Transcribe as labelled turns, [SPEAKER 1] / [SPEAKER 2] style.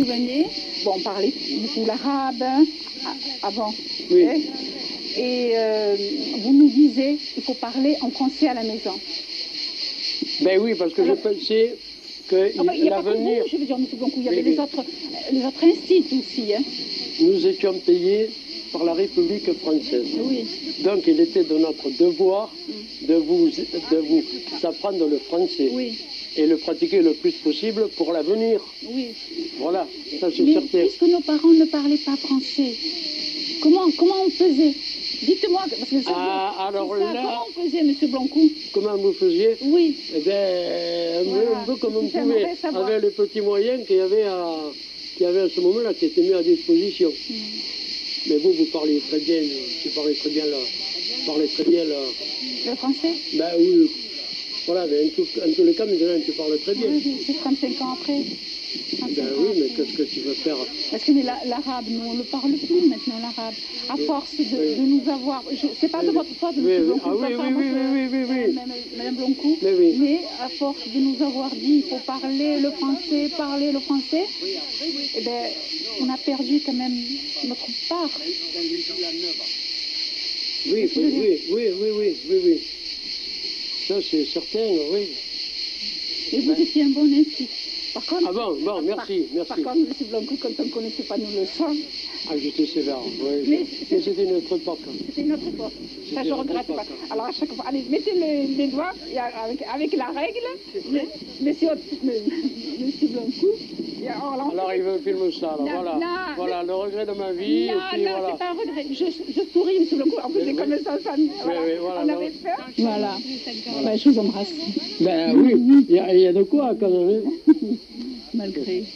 [SPEAKER 1] libanais, bon, on parlait beaucoup l'arabe hein, a- avant.
[SPEAKER 2] Oui.
[SPEAKER 1] hein. Et euh, vous nous disiez, il faut parler en français à la maison.
[SPEAKER 2] Ben oui, parce que je pensais que
[SPEAKER 1] Ah ben, il n'y a pas que
[SPEAKER 2] l'avenir,
[SPEAKER 1] vous, je veux dire, monsieur Goncourt, il y
[SPEAKER 2] Oui,
[SPEAKER 1] avait
[SPEAKER 2] oui.
[SPEAKER 1] les autres, euh, les autres instituts aussi. Hein.
[SPEAKER 2] nous étions payés par la République française.
[SPEAKER 1] Oui.
[SPEAKER 2] Donc il était de notre devoir de vous, de vous apprendre le français
[SPEAKER 1] Oui,
[SPEAKER 2] et le pratiquer le plus possible pour l'avenir.
[SPEAKER 1] oui.
[SPEAKER 2] Voilà, ça c'est
[SPEAKER 1] Mais
[SPEAKER 2] certain.
[SPEAKER 1] puisque nos parents ne parlaient pas français, comment, comment on faisait Dites-moi, parce que ça,
[SPEAKER 2] Ah,
[SPEAKER 1] c'est
[SPEAKER 2] alors
[SPEAKER 1] ça,
[SPEAKER 2] là,
[SPEAKER 1] comment on faisait, monsieur Blancou
[SPEAKER 2] comment vous faisiez
[SPEAKER 1] Oui,
[SPEAKER 2] Eh ben, un peu-
[SPEAKER 1] Voilà.
[SPEAKER 2] un peu comme on
[SPEAKER 1] J'aimerais
[SPEAKER 2] pouvait,
[SPEAKER 1] savoir.
[SPEAKER 2] avec les petits moyens qu'il y avait à, qu'il y avait à ce moment-là, qui étaient mis à disposition.
[SPEAKER 1] Mm.
[SPEAKER 2] Mais vous, vous parlez très bien, euh, tu parlais très bien là, vous parlez très bien là.
[SPEAKER 1] le français
[SPEAKER 2] Ben oui, voilà, mais en, tout, en tous les cas, maintenant, tu parles très bien.
[SPEAKER 1] Oui, c'est 35 ans après. 35
[SPEAKER 2] Ben
[SPEAKER 1] ans
[SPEAKER 2] oui, mais
[SPEAKER 1] après.
[SPEAKER 2] qu'est-ce que tu veux faire
[SPEAKER 1] Parce que la- l'arabe, nous, on ne le parle plus maintenant, l'arabe. À force de,
[SPEAKER 2] Oui.
[SPEAKER 1] de nous avoir... je- C'est pas de
[SPEAKER 2] Oui,
[SPEAKER 1] votre faute,
[SPEAKER 2] oui,
[SPEAKER 1] monsieur
[SPEAKER 2] oui.
[SPEAKER 1] Blancou.
[SPEAKER 2] Ah oui,
[SPEAKER 1] pas
[SPEAKER 2] oui,
[SPEAKER 1] vraiment,
[SPEAKER 2] oui, oui, oui, oui, oui.
[SPEAKER 1] Madame- Madame Blancou.
[SPEAKER 2] Mais oui.
[SPEAKER 1] Mais à force de nous avoir dit, il faut parler le français, parler le français, eh ben, on a perdu quand même notre part.
[SPEAKER 2] Oui, oui, oui, oui, oui, oui, oui, oui. Ça, c'est certain, oui.
[SPEAKER 1] Et vous étiez un bon institut. Par contre,
[SPEAKER 2] Ah bon, bon, merci,
[SPEAKER 1] par, par
[SPEAKER 2] merci.
[SPEAKER 1] contre, monsieur Blancou, quand on ne connaissait pas nous le sang,
[SPEAKER 2] Ah, j'étais sévère,
[SPEAKER 1] Mais
[SPEAKER 2] oui.
[SPEAKER 1] c'est-
[SPEAKER 2] Mais c'était notre époque.
[SPEAKER 1] C'était notre époque. Ça,
[SPEAKER 2] C'était
[SPEAKER 1] je
[SPEAKER 2] notre
[SPEAKER 1] regrette
[SPEAKER 2] époque,
[SPEAKER 1] pas.
[SPEAKER 2] hein.
[SPEAKER 1] Alors, à chaque fois, allez, mettez les, les doigts et avec, avec la règle. Mais- Monsieur, monsieur Blanco. et alors,
[SPEAKER 2] Alors, il veut filmer ça, là,
[SPEAKER 1] Non,
[SPEAKER 2] voilà.
[SPEAKER 1] non,
[SPEAKER 2] voilà, le regret de ma
[SPEAKER 1] Non,
[SPEAKER 2] vie, et puis
[SPEAKER 1] non,
[SPEAKER 2] voilà.
[SPEAKER 1] c'est pas un regret. Je, je souris, monsieur Blanco. En plus,
[SPEAKER 2] Mais
[SPEAKER 1] j'ai
[SPEAKER 2] oui.
[SPEAKER 1] comme ça, ça me- voilà.
[SPEAKER 2] oui, voilà,
[SPEAKER 1] On avait
[SPEAKER 2] non.
[SPEAKER 1] peur.
[SPEAKER 3] Voilà. Bah, je vous embrasse,
[SPEAKER 2] Ben oui, il y, a- il y a de quoi, quand même. hein.
[SPEAKER 3] malgré.